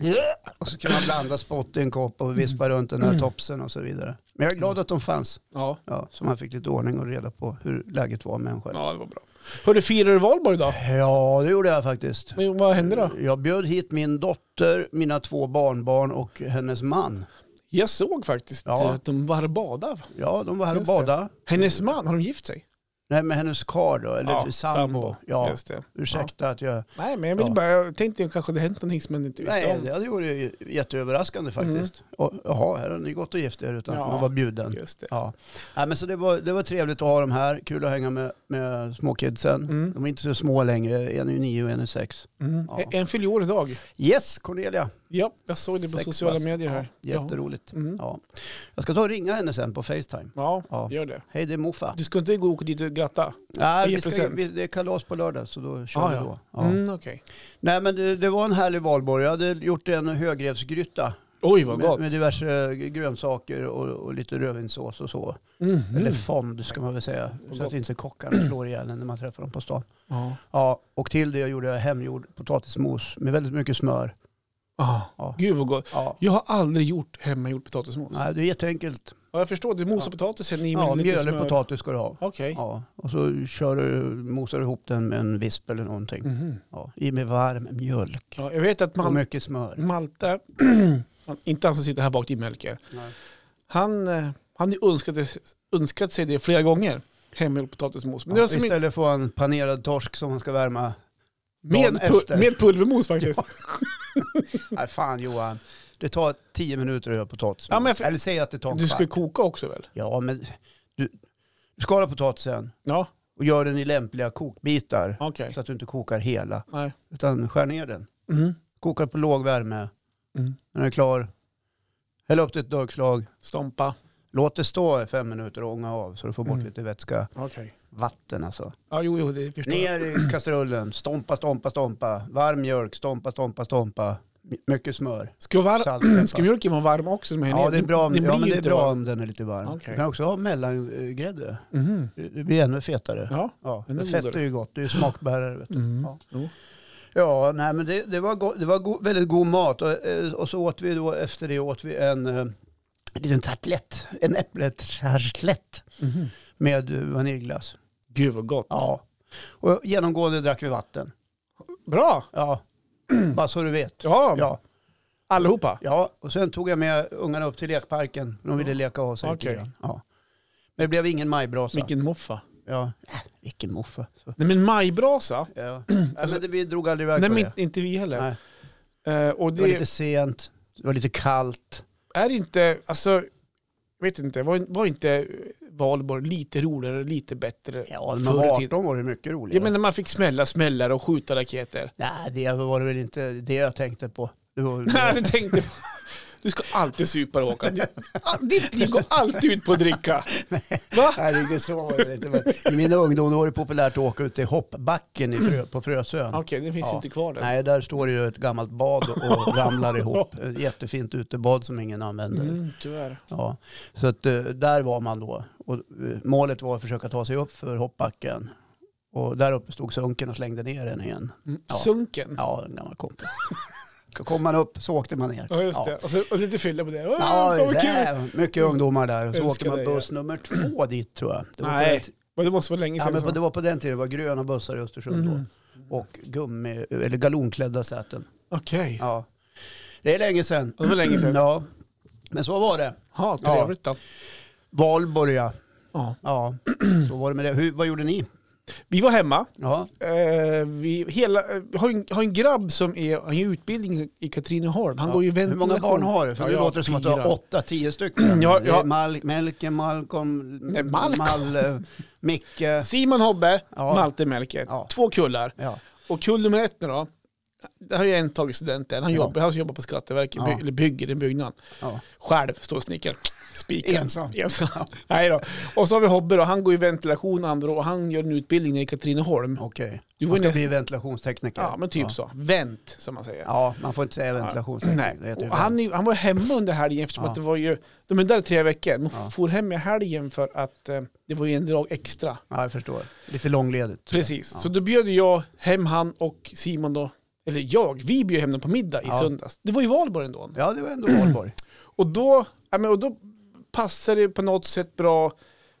här, och så kunde man blanda spott i en kopp och vispa runt den Mm. här topsen och så vidare. Men jag är glad att de fanns, Ja. ja, så man fick lite ordning och reda på hur läget var med en själv. ja, det var bra. Hörru, firar du valborg idag? Ja, det gjorde jag faktiskt. Men Vad hände då? Jag bjöd hit min dotter, mina två barnbarn och hennes man. Jag såg faktiskt Ja. att de var och badade. Ja, de var här och Just det. badade. Hennes man, har de gift sig? Nej, med hennes karl då, eller sambo. Ja, sambo. Ja, Just det. ursäkta att jag... Nej, men jag ville Ja. bara, jag tänkte att kanske det hänt någonting som man inte visste Nej, om. det vore ju jätteöverraskande faktiskt. Och, jaha, här har ni gått och gift er utan Ja. att man var bjuden. Just det. Ja. Nej, men så det, var, det var trevligt att ha dem här, kul att hänga med, med småkidsen. Mm. De är inte så små längre, en är ju nio och en är sex. Mm. Ja. En fyller år idag. Yes, Cornelia. Ja, jag såg det på Sex sociala bast. medier här. Ja, jätteroligt. Ja. Mm. Ja. Jag ska ta och ringa henne sen på Facetime. Ja, Ja. gör det. Hej, det är Moffa. Du ska inte gå och dit och gratta? Nej, vi ska, 10%. vi, det är kalas på lördag så då kör Ah, vi ja. då. Ja. Mm, okej. Nej, men det, det var en härlig valborg. Jag hade gjort en högrevsgryta Oj, vad Med, gott. med diverse grönsaker och, och lite rödvinssås och så. Mhm. Eller fond ska man väl säga. Så att inte kockarna slår ihjäl en när man träffar dem på stan. Ja. Ja, och till det jag gjorde jag hemgjord potatismos med väldigt mycket smör. Ah. Ja. Gud vad gott. Ja. Jag har aldrig gjort hemmagjord potatismos. Nej, det är jätteenkelt. Ja, jag förstår, du mosar potatisen i Ja, med lite mjölig smör. potatis ska du ha. Okej. Ja, och så kör du, mosar du ihop den med en visp eller någonting. Mhm. Ja, I med varm mjölk Ja, jag vet att och man, mycket smör. Malte, han- inte han som sitter här bak i Melker, Nej. han, eh, han har ju önskat, önskat sig det flera gånger. Hemgjord potatismos. Men det Ja, är som en, istället får han panerad torsk som han ska värma. med, dagen pul- efter. med pulvermos faktiskt. Nej, fan Johan. Det tar tio minuter att göra potatis. Ja, men jag för- Eller säg att det tar en Du kvart. skulle koka också väl? Ja, men du, du skalar potatisen Ja, och gör den i lämpliga kokbitar. okej. Så att du inte kokar hela, Nej. utan skär ner den. Mm. Kokar på låg värme. Mm. När den är klar, häll upp det i ett durkslag. Stompa. Låt det stå i fem minuter och ånga av så du får bort Mm. lite vätska. Okej. Vatten alltså. Ja, jo, jo, det förstår jag. Ner i kastrullen, stompa, stompa, stompa. Varm mjölk, stompa, stompa, stompa. My- Mycket smör. Ska, var- Saltpeppar. ska mjölken vara varm också? Med Ja, det är bra, om, ja, men det är bra om den är lite varm. Okej. Du kan också ha mellangrädde. Mm. Det det blir ännu fetare. Ja. Ja. ännu Fett är godare. ju gott, det är ju smakbärare. Vet du. Mm. Ja. Jo. Ja, nej, men det, det var, go- det var go- väldigt god mat. Och, eh, och så åt vi då, efter det åt vi en eh, liten tartlett. En äppletartlett Mhm. med eh, vaniljglass. Gud vad gott. Ja. Och genomgående drack vi vatten. Bra. Ja, bara så du vet. Ja, Ja, allihopa. ja, och sen tog jag med ungarna upp till lekparken. De ville leka av sig Mm. Okej. lite grann. Ja. Men det blev ingen majbrasa. Vilken moffa. Ja. Äh, vilken moffa. Så. Nej, men majbrasa. Ja. Nej, men det, vi drog aldrig iväg Alltså, Nej, på men det. inte- inte vi heller. Nej. Eh, och Det det var lite sent, det var lite kallt. är inte, alltså, jag vet inte, var, var inte Valborg lite roligare, lite bättre? Ja, när förr man i var tiden? 18 var det mycket roligare. Jag menar man fick smälla smällar och skjuta raketer. Nej, det var det väl inte det jag tänkte på. Det var väl Nej, du tänkte på- du ska alltid supa Håkan. Du, ditt liv går alltid ut på att dricka. Va? Nej, det är inte så. var det inte. Men I min ungdom då var det populärt att åka ut till hoppbacken i Frö, på Frösön. Okej, den finns ju Ja. inte kvar där. Nej, där står det ju ett gammalt bad och ramlar ihop. Ett jättefint utebad som ingen använder. Mm, tyvärr. Ja. Så att, eh, där var man då. Och, eh, målet var att försöka ta sig upp för hoppbacken. Och där uppe stod sunken och slängde ner den igen. Mm. Ja. Sunken. Ja, en gammal kompis. Så kom man upp så åkte man ner. Ja, just det. Och, så, och lite fylla på det. Åh, Ja, vad det kul. är mycket ungdomar där. Och så Älskar åker man dig, buss nummer två dit tror jag. Det var, Nej, på, den ti- Men det måste vara länge ja, sedan. men på, så. det var på den tiden det var gröna bussar i Östersund Mm. då. Och gummi, eller galonklädda säten. Okej. Ja. Det är länge sedan. Ja, Det var länge sedan. Ja. Men så var det. Ja, Ja. trevligt då. Valborg ja. Ja. ja. Så var det med det. Hur, vad gjorde ni? Vi var hemma. Ja. Eh, vi hela, eh, vi har, en, har en grabb som är, han är utbildning i Katrineholm. Han ja. går ju Hur många barn har du? För Ja, nu jag har låter det som att du har fyra. åtta, tio stycken. Ja, Det är ja. Mal- Melke, Malcolm, Nej, Malcolm. Mal, eh, Micke. Simon Hobbe, Ja. Malte Melker. Ja. Två kullar. Ja. Och kull nummer ett nu då. Där har ju en tagit studenten. Han, Ja. jobbar, han jobbar på Skatteverket, by, Ja. eller bygger en byggnad. Ja. Själv, står och snickar. Spikar. Ensam. Ensam. Nej då. Och så har vi Hobbe då. Han går ju ventilation andra år. Han gör en utbildning nere i Katrineholm. Okej. Du var Man ska ju bli ventilationstekniker. Ja, men typ så. Vent, som man säger. Ja, man får inte säga ventilationstekniker. Det heter Nej. ju Och han, är ju- han var hemma under helgen eftersom Ja. att det var ju, de är där i tre veckor, men Ja. for hem i helgen för att eh, det var ju en dag extra. Ja, jag förstår. Lite långledigt. Precis, Ja. så då bjöd jag hem han och Simon då, eller jag, vi bjöd hem dem på middag i Ja. söndags. Det var ju valborg ändå. Ja, det var ändå Valborg. Och då, ja, men, och då passade det på något sätt bra,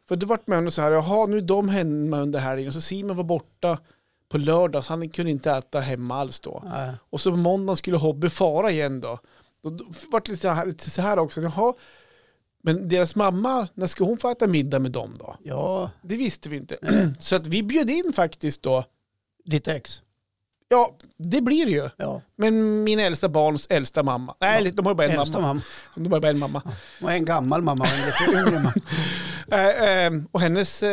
för då vart man ju så här, jaha nu är de hemma under helgen, så Simon var borta på lördags, han kunde inte äta hemma alls då. Nej. Och så på måndagen skulle Hobby fara igen då. Då, då vart det lite så här, lite så här också. Jaha, men deras mamma, när ska hon få äta middag med dem då? Ja, Det visste vi inte. så att vi bjöd in faktiskt då. ditt ex. Ja, det blir det ju. Ja, Men min äldsta barns äldsta mamma. Nej, Ja, de har ju bara en äldsta mamma. mamma. De har bara en mamma. Och en gammal mamma och en lite yngre mamma. Eh, eh, och hennes, eh,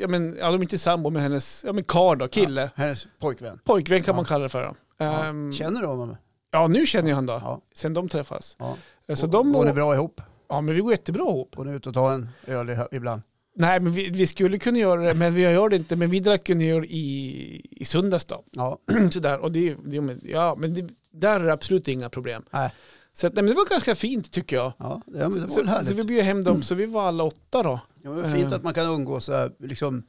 ja men, ja, de är inte sambo, men hennes, ja men karl då, kille. Hennes pojkvän. Pojkvän kan Ja. man kalla det för. Då. Ja. Ehm, Känner du honom? ja, nu känner jag han då. Ja. Sen de träffas. ja. Eh, Så Går- de, Går ni bra ihop? ja men vi går jättebra ihop. Går ni ut och tar en öl i- ibland? Nej, men vi, vi skulle kunna göra det, men vi gör det inte. Men vi drack ju ner i, i söndags då. Ja. Sådär, och det, är ju- det, är ju- ja, men det, där är det absolut inga problem. Nej. Så att, nej, men det var ganska fint tycker jag. Ja, ja men det var väl Så, så vi härligt. bjöd hem dem, så vi var alla åtta då. Ja, men fint eh, att man kan umgås så här, liksom,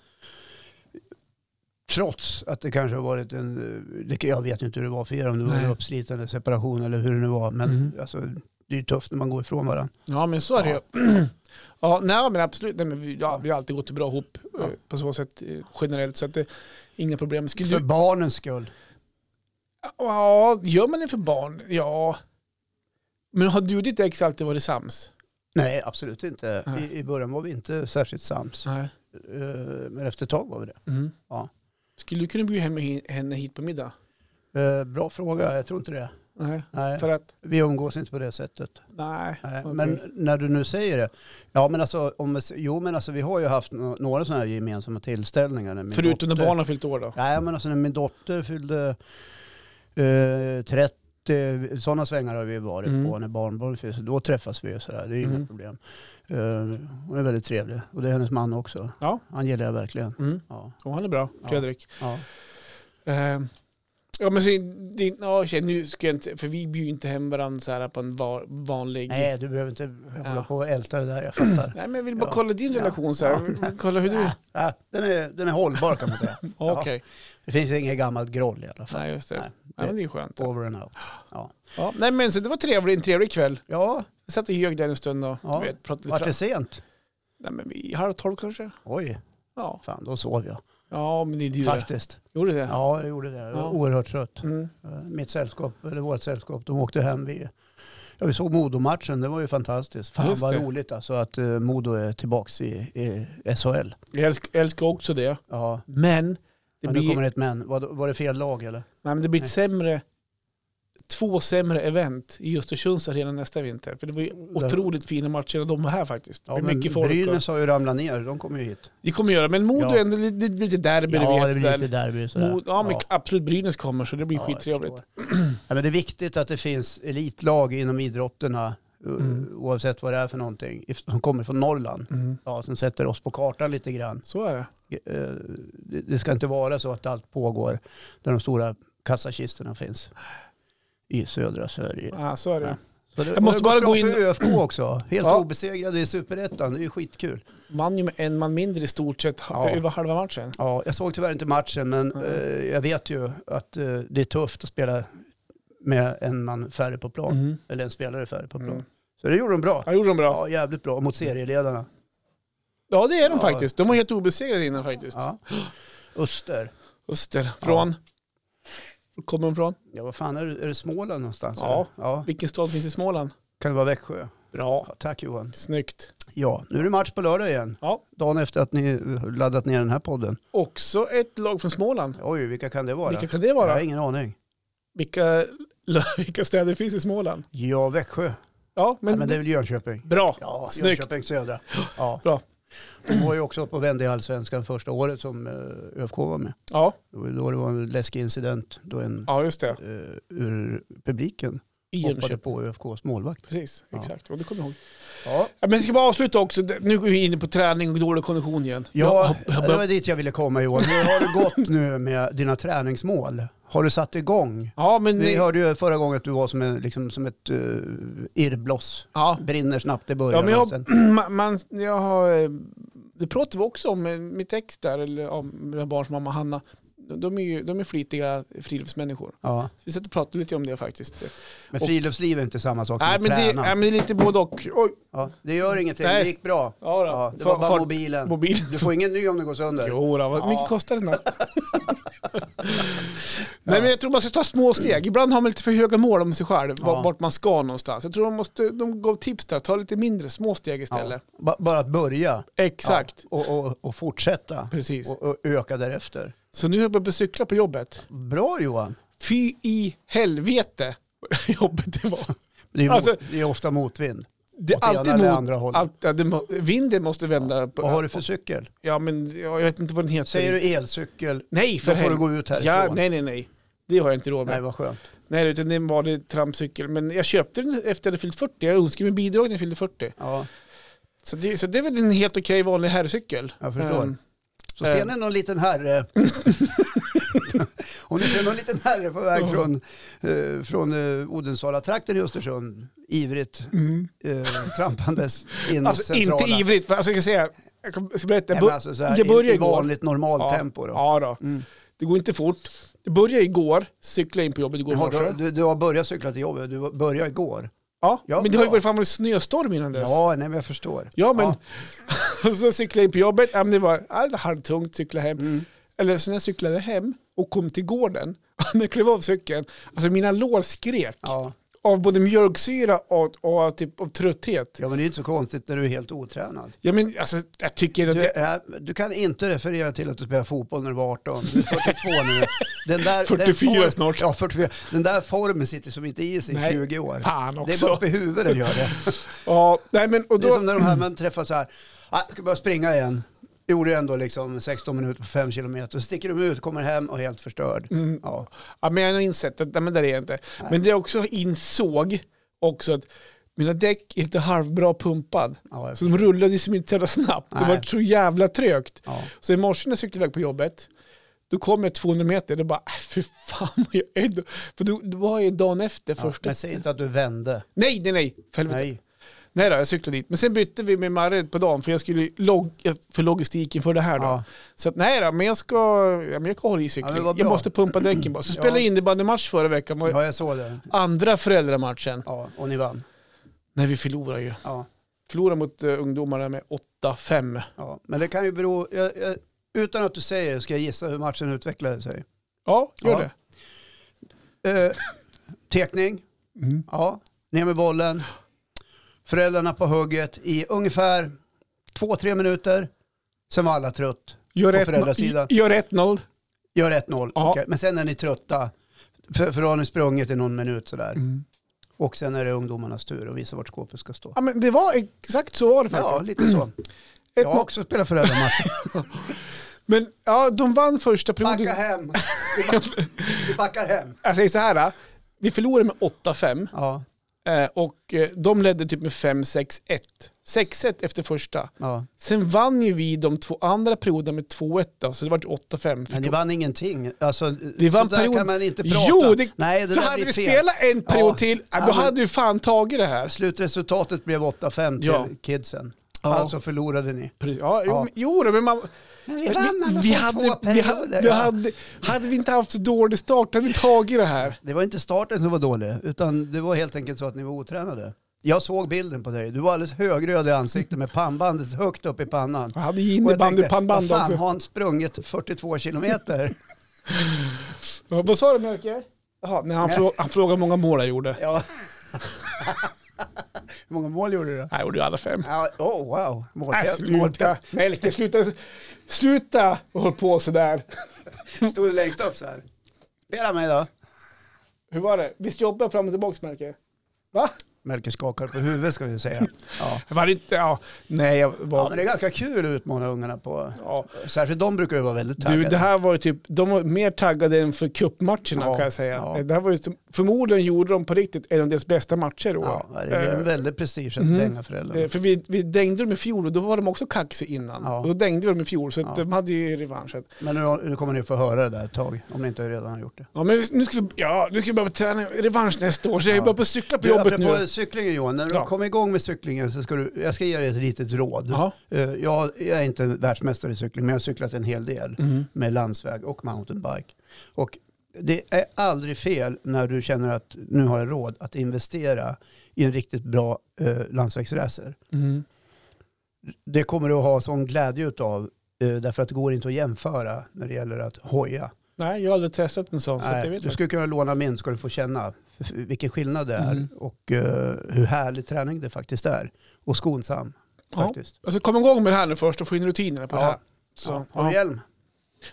trots att det kanske har varit en, eh, det, jag vet inte hur det var för er, om det var Nej. en uppslitande separation eller hur det nu var, men Mhm. alltså, det är ju tufft när man går ifrån varandra. Ja, men så är det Ja. ju. Ja, nej, men absolut. Nej, men vi, ja, vi har alltid gått bra ihop eh, Ja. på så sätt eh, generellt. Så att det, inga problem. Skulle För du, barnens skull. ja, gör man det för barn? Ja. Men har du och ditt ex alltid varit sams? Nej, absolut inte. Nej. I, I början var vi inte särskilt sams. Nej. Eh, Men efter ett tag var vi det. Mm. Ja. Skulle du kunna bjuda hem hi- henne hit på middag? Eh, Bra fråga, jag tror inte det. Nej. Nej, För att, vi umgås inte på det sättet. nej. Nej, Okej. Eh, Men när du nu säger det. Ja, men alltså, om, jo, men alltså vi har ju haft nå- några sådana här gemensamma tillställningar. när min Förutom när dotter- barnen har fyllt år då? Nej, men alltså när min dotter fyllde eh, 30, sådana svängar har vi varit Mm. på när barnbarn finns. Då träffas vi och sådär, det är ju Mm. inget problem. Eh, hon är väldigt trevlig och det är hennes man också. Ja. Han gillar jag verkligen. Mm. Ja, Ja, han är bra, Ja. Fredrik. ja. Eh, Ja, men så, din, ja, okej, nu ska jag inte, för vi bjuder inte hem varandra så här på en va, vanlig... Nej, du behöver inte hålla Ja. på och älta det där, jag fattar. Nej, men jag vill bara Ja. kolla din Ja. relation så här. Kolla hur du... Ja, ja, den, är, den är hållbar kan man säga. Ja, Okej. Det finns inget gammalt groll i alla fall. Nej, just det. Nej, ja, men det är skönt. Over and out. Ja. Nej, men så det var trevligt, en trevlig kväll. Ja, Jag satt och ljög där en stund och Ja. du vet, pratade lite vart fram. det sent? Nej, men vi, halv tolv kanske? Oj, Ja. fan då sov jag. Ja, men det är du det. Faktiskt. Gjorde du det? Ja, jag gjorde det. Jag var Ja. oerhört trött. Mm. Eh, Mitt sällskap, eller vårt sällskap, de åkte hem. Vi, ja, vi såg Modo-matchen, det var ju fantastiskt. Fan Just vad det. roligt alltså att eh, Modo är tillbaka i, i SHL. Jag älsk, älskar också det. Ja, Men det men nu blir, kommer det ett men. Var, var det fel lag eller? nej, men det blir ett Nej. sämre... Två sämre event i Östersunds arena nästa vinter. För det var ju otroligt fina matcher när de var här faktiskt. Ja, det men blev mycket folk. och- Brynäs har ju ramlat ner, de kommer ju hit. Det kommer göra, men Modo Ja. är ändå lite, lite derby. du ja, vet, det blir sådär. lite derby. sådär. Mod, ja, men absolut. Brynäs kommer så det blir Ja, jag skittrevligt. förstår. Ja, men det är viktigt att det finns elitlag inom idrotterna, o- Mm. oavsett vad det är för någonting, if- som kommer från Norrland. Mm. Ja, som sätter oss på kartan lite grann. Så är det. Eh, Det det ska inte vara så att allt pågår där de stora kassakistorna finns i södra Sverige. Ja, så är det. Ja. Så det, Jag måste det har bara gått bra gå in- för ÖFK också. Helt Ja. obesegrade i superettan. Det är ju skitkul. Vann ju med en man mindre i stort sett ha- Ja. över halva matchen. Ja, jag såg tyvärr inte matchen, men Mm. eh, jag vet ju att eh, det är tufft att spela med en man färre på plan. Mm. Eller en spelare färre på plan. Mm. Så det gjorde de bra. Ja, gjorde de bra. Ja, jävligt bra mot serieledarna. Ja, det är de Ja. faktiskt. De var helt obesegrade innan faktiskt. Ja. Öster. Öster, från? Var kommer de från? Ja, vad fan är det? Är det Småland någonstans? Ja. eller? ja. Vilken stad finns i Småland? Kan det vara Växjö? Bra. Ja, tack Johan. Snyggt. Ja, nu är det match på lördag igen. Ja. Dagen efter att ni eh, laddat ner den här podden. Också ett lag från Småland. Oj, vilka kan det vara? Vilka kan det Jag har vara? ingen aning. Vilka, vilka städer finns i Småland? Ja, Växjö. Ja, men, Men, ja, men det är väl Jönköping? bra. Ja, Snyggt. Jönköping Södra. Ja. Bra. De var ju också på vända i allsvenskan första året som eh, ÖFK var med. Ja, Det var ju då det var en läskig incident då en ja just det. eh, ur publiken I hoppade Jönköping. på ÖFKs målvakt. Precis, Ja. exakt. Och det kommer jag ihåg. Ja, Ja, men jag ska bara avsluta också. Nu går vi in på träning och dålig kondition igen. ja Jag- jag- det var dit jag ville komma Johan. Hur har det gått nu med dina träningsmål? Har du satt igång? ja, men Vi hörde ju förra gången att du var som, en, liksom, som ett uh, irrbloss. ja. Brinner snabbt i början. Ja, men och sen, jag, man- man, jag har, eh, det pratade vi också om, eh, mitt ex där, eller om mina barns mamma Hanna. De är ju de är flitiga friluftsmänniskor. ja. Så vi satt och pratade lite om det faktiskt. men och- friluftsliv är inte samma sak som Nej, att men det, träna. nej, men det är lite både och. Oj, ja, det gör ingenting, Nej. det gick bra. ja, då. Ja, det Fa- var bara fart- mobilen. mobil. Du får ingen ny om den går sönder. Jo, då, vad Ja. mycket kostar den då? Nej, men jag tror man ska ta små steg. Ibland har man lite för höga mål om sig själv, Ja. ja. vart man ska någonstans. Jag tror man måste, de gav tips där, ta lite mindre, små steg Ja. istället. Ba- Bara att börja. Exakt, Ja, och, och, och fortsätta. precis. Och, och öka därefter. Så nu har jag börjat cykla på jobbet. Bra Johan. Fy i helvete vad jobbet det var. Det är, ju Alltså- mot, det är ofta motvind. Det är Åt ena alltid eller mot, andra hållet. allt, ja, det, må- vinden måste vända. På, Vad har du för cykel? Ja, men jag vet inte vad den heter. Säger du elcykel, Nej, för då får du helvete. gå ut härifrån. Ja, nej, nej, nej. Det har jag inte råd med. Nej, vad skönt. Nej, utan det är en vanlig trampcykel. Men jag köpte den efter jag hade fyllt 40. Jag önskade mig bidrag när jag fyllde 40. Ja, Så det, så det är väl en helt okej vanlig herrcykel. jag förstår. Ehm, Så ser Ehm. ni någon liten herre Om ni ser någon liten herre på väg Ja. från, eh, från eh, Odensala-trakten i Östersund, ivrigt eh, trampandes in Mm. Alltså centrala. inte ivrigt, men alltså, jag ska säga, jag kom- jag ska berätta, Nej, jag, men bör- alltså så här, jag i, började i igår. vanligt normalt tempo. Då. Mm. Ja, då. det går inte fort. Jag började igår, cyklade in på jobbet igår Jaha, morse. du, du, du har börjat cykla till jobbet, du började igår. Ja, Ja, men det har ju bra. varit fan varit snöstorm innan dess. Ja, nej, men jag förstår. Ja, men så cyklade jag in på jobbet. Ja, men det var ja, det var halvtungt, cykla hem. Mm. Eller så när jag cyklade hem och kom till gården, när jag klev av cykeln, alltså mina lår skrek Ja. av både mjölksyra och, och typ av trötthet. ja, men det är ju inte så konstigt när du är helt otränad. Ja, men, alltså, jag tycker att Du, jag, är, du kan inte referera till att du spelade fotboll när du var 18. Du är 42 nu. Den där, 44 den form- snart. Ja, 44. Den där formen sitter som inte is i Nej, 20 år. fan Det är också. bara uppe i huvudet gör det. ja, nej, men, och Det är som då, när de här man träffar så här, "Ah, jag ska börja springa igen. Gjorde ju ändå liksom 16 minuter på 5 kilometer. Så sticker de ut, kommer hem och är helt förstörd. Mm. Ja. ja, men jag har insett att nej, men där är jag inte. Men det jag också insåg också att mina däck är inte halvbra pumpad. Ja, jag Så de rullade ju som inte så jävla snabbt. Det Nej. var så jävla trögt. Ja. Så i morse när jag cyklade iväg på jobbet, då kom jag 200 meter, då bara, äh, fy fan vad jag är då. För då, då var jag dagen efter Ja, första. men säg inte att du vände. Nej, nej, nej, för helvete. Nej. Nej. då, jag cyklade dit. Men sen bytte vi med Marre på dagen, för jag skulle log för logistiken för det här då. Ja. Så att, nej då, men jag ska, ja, men jag kan hålla i Ja, cykling. men vad jag bra. måste pumpa däcken bara. Så Ja. spelade jag innebandymatch förra veckan, var Ja, jag såg det. andra föräldramatchen. Ja, och ni vann. Nej, vi förlorade ju. Ja, Förlorade mot eh, ungdomarna med 8-5. ja. Men det kan ju bero... Jag, jag, utan att du säger ska jag gissa hur matchen utvecklade sig. Ja, gör Ja. det. Eh, tekning. Mm. Ja, ner med bollen. Föräldrarna på hugget i ungefär två, tre minuter. Sen var alla trött. Gör På ett- föräldrasidan. Gör 1-0. Gör 1-0. Ja. Okej, Men sen är ni trötta. För, för då har ni sprungit i någon minut sådär. Mm. Och sen är det ungdomarnas tur att visa vart skåpet ska stå. Ja, men det var exakt så var det faktiskt. Ja, lite så. Jag har 1-0. också spelat föräldramatcher. Men ja, de vann första perioden. Backa hem. Vi backar, vi backar hem. Jag säger så här, vi förlorade med 8-5 Ja, eh, och eh, de ledde typ med 5-6-1. 6-1 efter första. ja. Sen vann ju vi de två andra perioderna med 2-1, då, så det var 8-5. Men förstå- ni vann ingenting. Alltså, Vi vann sådär period- kan man inte prata. Jo, det- Nej, det så där hade blir vi fel. spelat en period Ja. till, ja, Ja, då men- hade du fan tagit det här. Slutresultatet blev 8-5 till Ja. kidsen. Ja. Alltså förlorade ni. Precis. Ja, jo, Ja. men- Jo, då, men man... vi men vi, vi hade, vi hade, vi hade, hade vi inte haft så dålig start hade vi tagit det här. Det var inte starten som var dålig, utan det var helt enkelt så att ni var otränade. Jag såg bilden på dig. Du var alldeles högröd i ansiktet med pannbandet högt upp i pannan. Jag hade ju Och jag tänkte, innebandypannband vad fan också. har han sprungit 42 kilometer? Ja, Vad sa du Melker? Jaha, nej, han, Nej. frå, han frågade hur många mål jag gjorde. ja. Hur många mål gjorde du då? Jag gjorde ju alla fem. Ja, oh, wow. Mål, Nej, Äh, sluta. Melker, sluta. Sluta och håll på sådär. Stod du längst upp så här? Spela mig då. Hur var det? Visst jobbade jag fram och tillbaka Melker? Va? Melker skakar på huvudet ska vi säga. Ja. Jag var inte, ja. Nej, jag Ja, men var... det är ganska kul att utmana ungarna på. Ja. Särskilt de brukar ju vara väldigt taggade. Du, det här var ju typ, de var mer taggade än för cupmatcherna Ja, kan jag säga. ja. Det här var ju, förmodligen gjorde de på riktigt en av deras bästa matcher då. ja, det är en väldig prestige att Mm. dänga Eh, föräldrarna. För vi, vi dängde dem i fjol och då var de också kaxiga innan. Ja. Och då dängde vi dem i fjol så att Ja. de hade ju revansch. Så att- Men nu, nu kommer ni få höra det där ett tag, om ni inte redan har gjort det. Ja, men nu ska vi, ja, nu ska vi börja träna revansch nästa år. Så jag Ja. börjar på att cykla på Du, jobbet apropå nu. cyklingen Johan, när du Ja. kommer igång med cyklingen så ska du, jag ska ge dig ett litet råd. Ja. Eh, Jag, jag är inte en världsmästare i cykling, men jag har cyklat en hel Mm. del med landsväg och mountainbike. Och det är aldrig fel när du känner att nu har jag råd att investera i en riktigt bra eh, landsvägsracer. mm. det kommer du att ha sån glädje av därför att det går inte att jämföra när det gäller att hoja. Nej, jag har aldrig testat en sån. Så att jag Nej, vet du inte. skulle kunna låna min ska du få känna f- vilken skillnad det är Mm. och eh, hur härlig träning det faktiskt är. Och skonsam Ja. faktiskt. Alltså, kom igång med det här nu först och få in rutinerna på Ja. det här. Ja. Så, Har du ja. hjälm?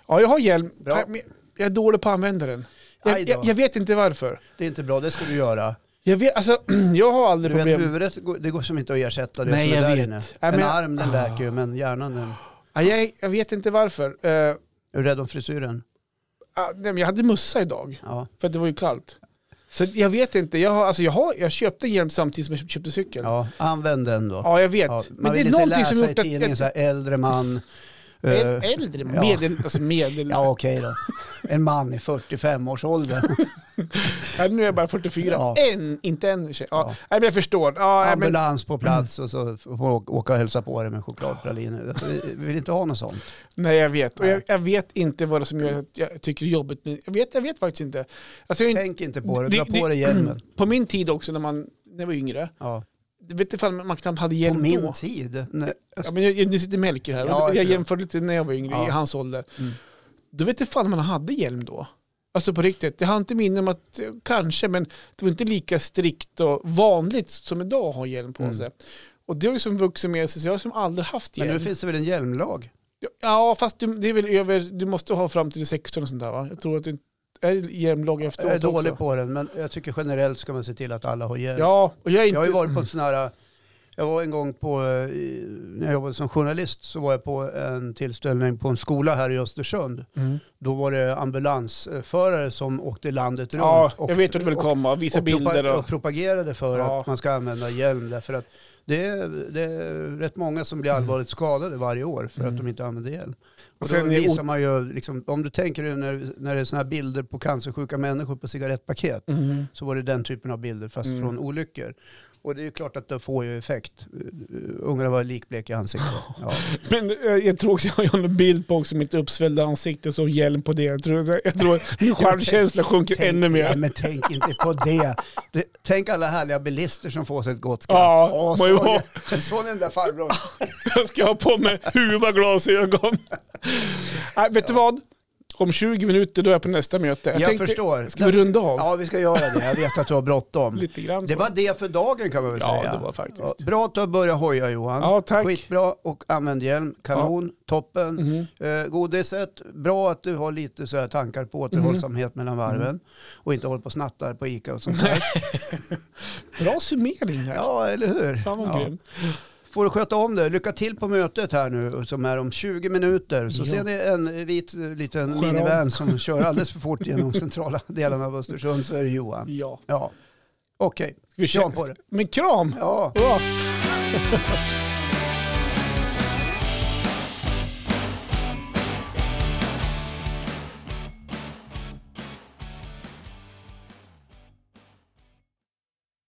ja, jag har hjälm. Bra. Tack, men Jag är dålig på att använda den. Aj Jag, då. jag, jag vet inte varför. Det är inte bra, det ska du göra. Jag, vet, alltså, jag har Du aldrig vet, problem. huvudet går, det går som inte att ersätta det Nej, som är jag där vet. inne. Nej, men en jag- Ah. arm den läker ju, men hjärnan den. Ja, jag, jag vet inte varför. Eh, Är du rädd om frisyren? ah, nej, men jag hade mössa idag. Ja. För att det var ju kallt. Så jag vet inte. Jag, har, alltså jag, har, jag köpte en hjälm samtidigt som jag köpte cykeln. Ja, ja, använd den då. jag vet. Ja, man men det vill är inte någonting läsa som i gjort tidningen, att... så här, äldre man eh, En äldre, ja. medel, alltså medel... Ja, okej då. En man i 45-årsåldern. Ja, nu är jag bara 44. Ja. En, inte en tjej. Ja. Ja. Nej, men jag förstår. Ja, nej, men, Ambulans på plats och så får man åka- åka och hälsa på dig med chokladpraliner. Alltså, Vi vill inte ha något sånt. nej, jag vet. Och jag, Nej. jag vet inte vad det som gör att jag tycker det är jobbigt. Men jag, vet, jag vet faktiskt inte. Alltså, jag, Tänk inte på det, Det- dra det- på dig hjälmen. på min tid också, när, man, när jag var yngre, Ja. jag vet inte om man knappt hade På hjälm min då. tid? Nej. Ja, men jag, jag, nu sitter Melker här. Ja, och jag jag tror jämförde lite när jag var yngre, Ja. i hans ålder. Mm. Då vet inte fan om man hade hjälm då. Alltså på riktigt. Jag har inte minne om att, eh, kanske, men det var inte lika strikt och vanligt som idag att ha hjälm på Mm. sig. Och det har ju som vuxit med sig, så jag har som aldrig haft Men hjälm. nu finns det väl en hjälmlag? Ja, fast du, det är väl över, du måste ha fram till 16 och sånt där va? Jag tror att det är hjälmlag efteråt Jag är dålig också. på den, men jag tycker generellt ska man se till att alla har hjälm. Ja, och jag är inte... Jag har ju varit på en sån här, jag var en gång på, eh, i- när jag jobbade som journalist så var jag på en tillställning på en skola här i Östersund. Mm. Då var det ambulansförare som åkte landet runt Ja, och, jag vet att du vill och- komma, visa och, bilder propa- och... och propagerade för Ja. att man ska använda hjälm därför att det är, det är rätt många som blir allvarligt skadade varje år för att de inte använder hjälm. Och då Sen är det visar man ju, liksom, om du tänker dig när, när det är sådana här bilder på cancersjuka människor på cigarettpaket Mm. så var det den typen av bilder fast Mm. från olyckor. Och det är ju klart att det får ju effekt. Uh, Ungarna var likblek i ansiktet. Ja. Men eh, jag tror också jag har en bild på också mitt uppsvällda ansikte som hjälm på det. Jag tror, jag tror att min självkänsla sjunker Tänk- ännu Nej, mer. men tänk inte på det. det. Tänk alla härliga bilister som får sig ett gott skratt. Ja, Åh, må ju såg vara. ni- såg ni den där farbrorn? Jag ska ha på mig huva, glasögon. Nej, vet du vad? Om 20 minuter då är jag på nästa möte. Jag förstår. Ska vi runda av? Ja, vi ska göra det. Jag vet att du har bråttom. Lite grann Det så. var det för dagen kan man väl Ja, säga. det var faktiskt. Ja, Bra att du har börjat hoja Johan. Ja, tack. Skitbra och använd hjälm. Kanon, toppen. Mhm. Eh, godiset, bra att du har lite så här tankar på Mm-hmm. återhållsamhet mellan varven och inte håller på och snattar på ICA och sånt där. Bra summering här. ja, eller hur? Fan vad ja. grym. Får du sköta om det. Lycka till på mötet här nu som är om 20 minuter. Så Ja. ser ni en vit eh, liten Skär av. minivan som kör alldeles för fort genom centrala delarna av Östersund så är det Johan. Ja. Ja, okej. Vi Kram känns- på det. Men kram! Ja. Ja.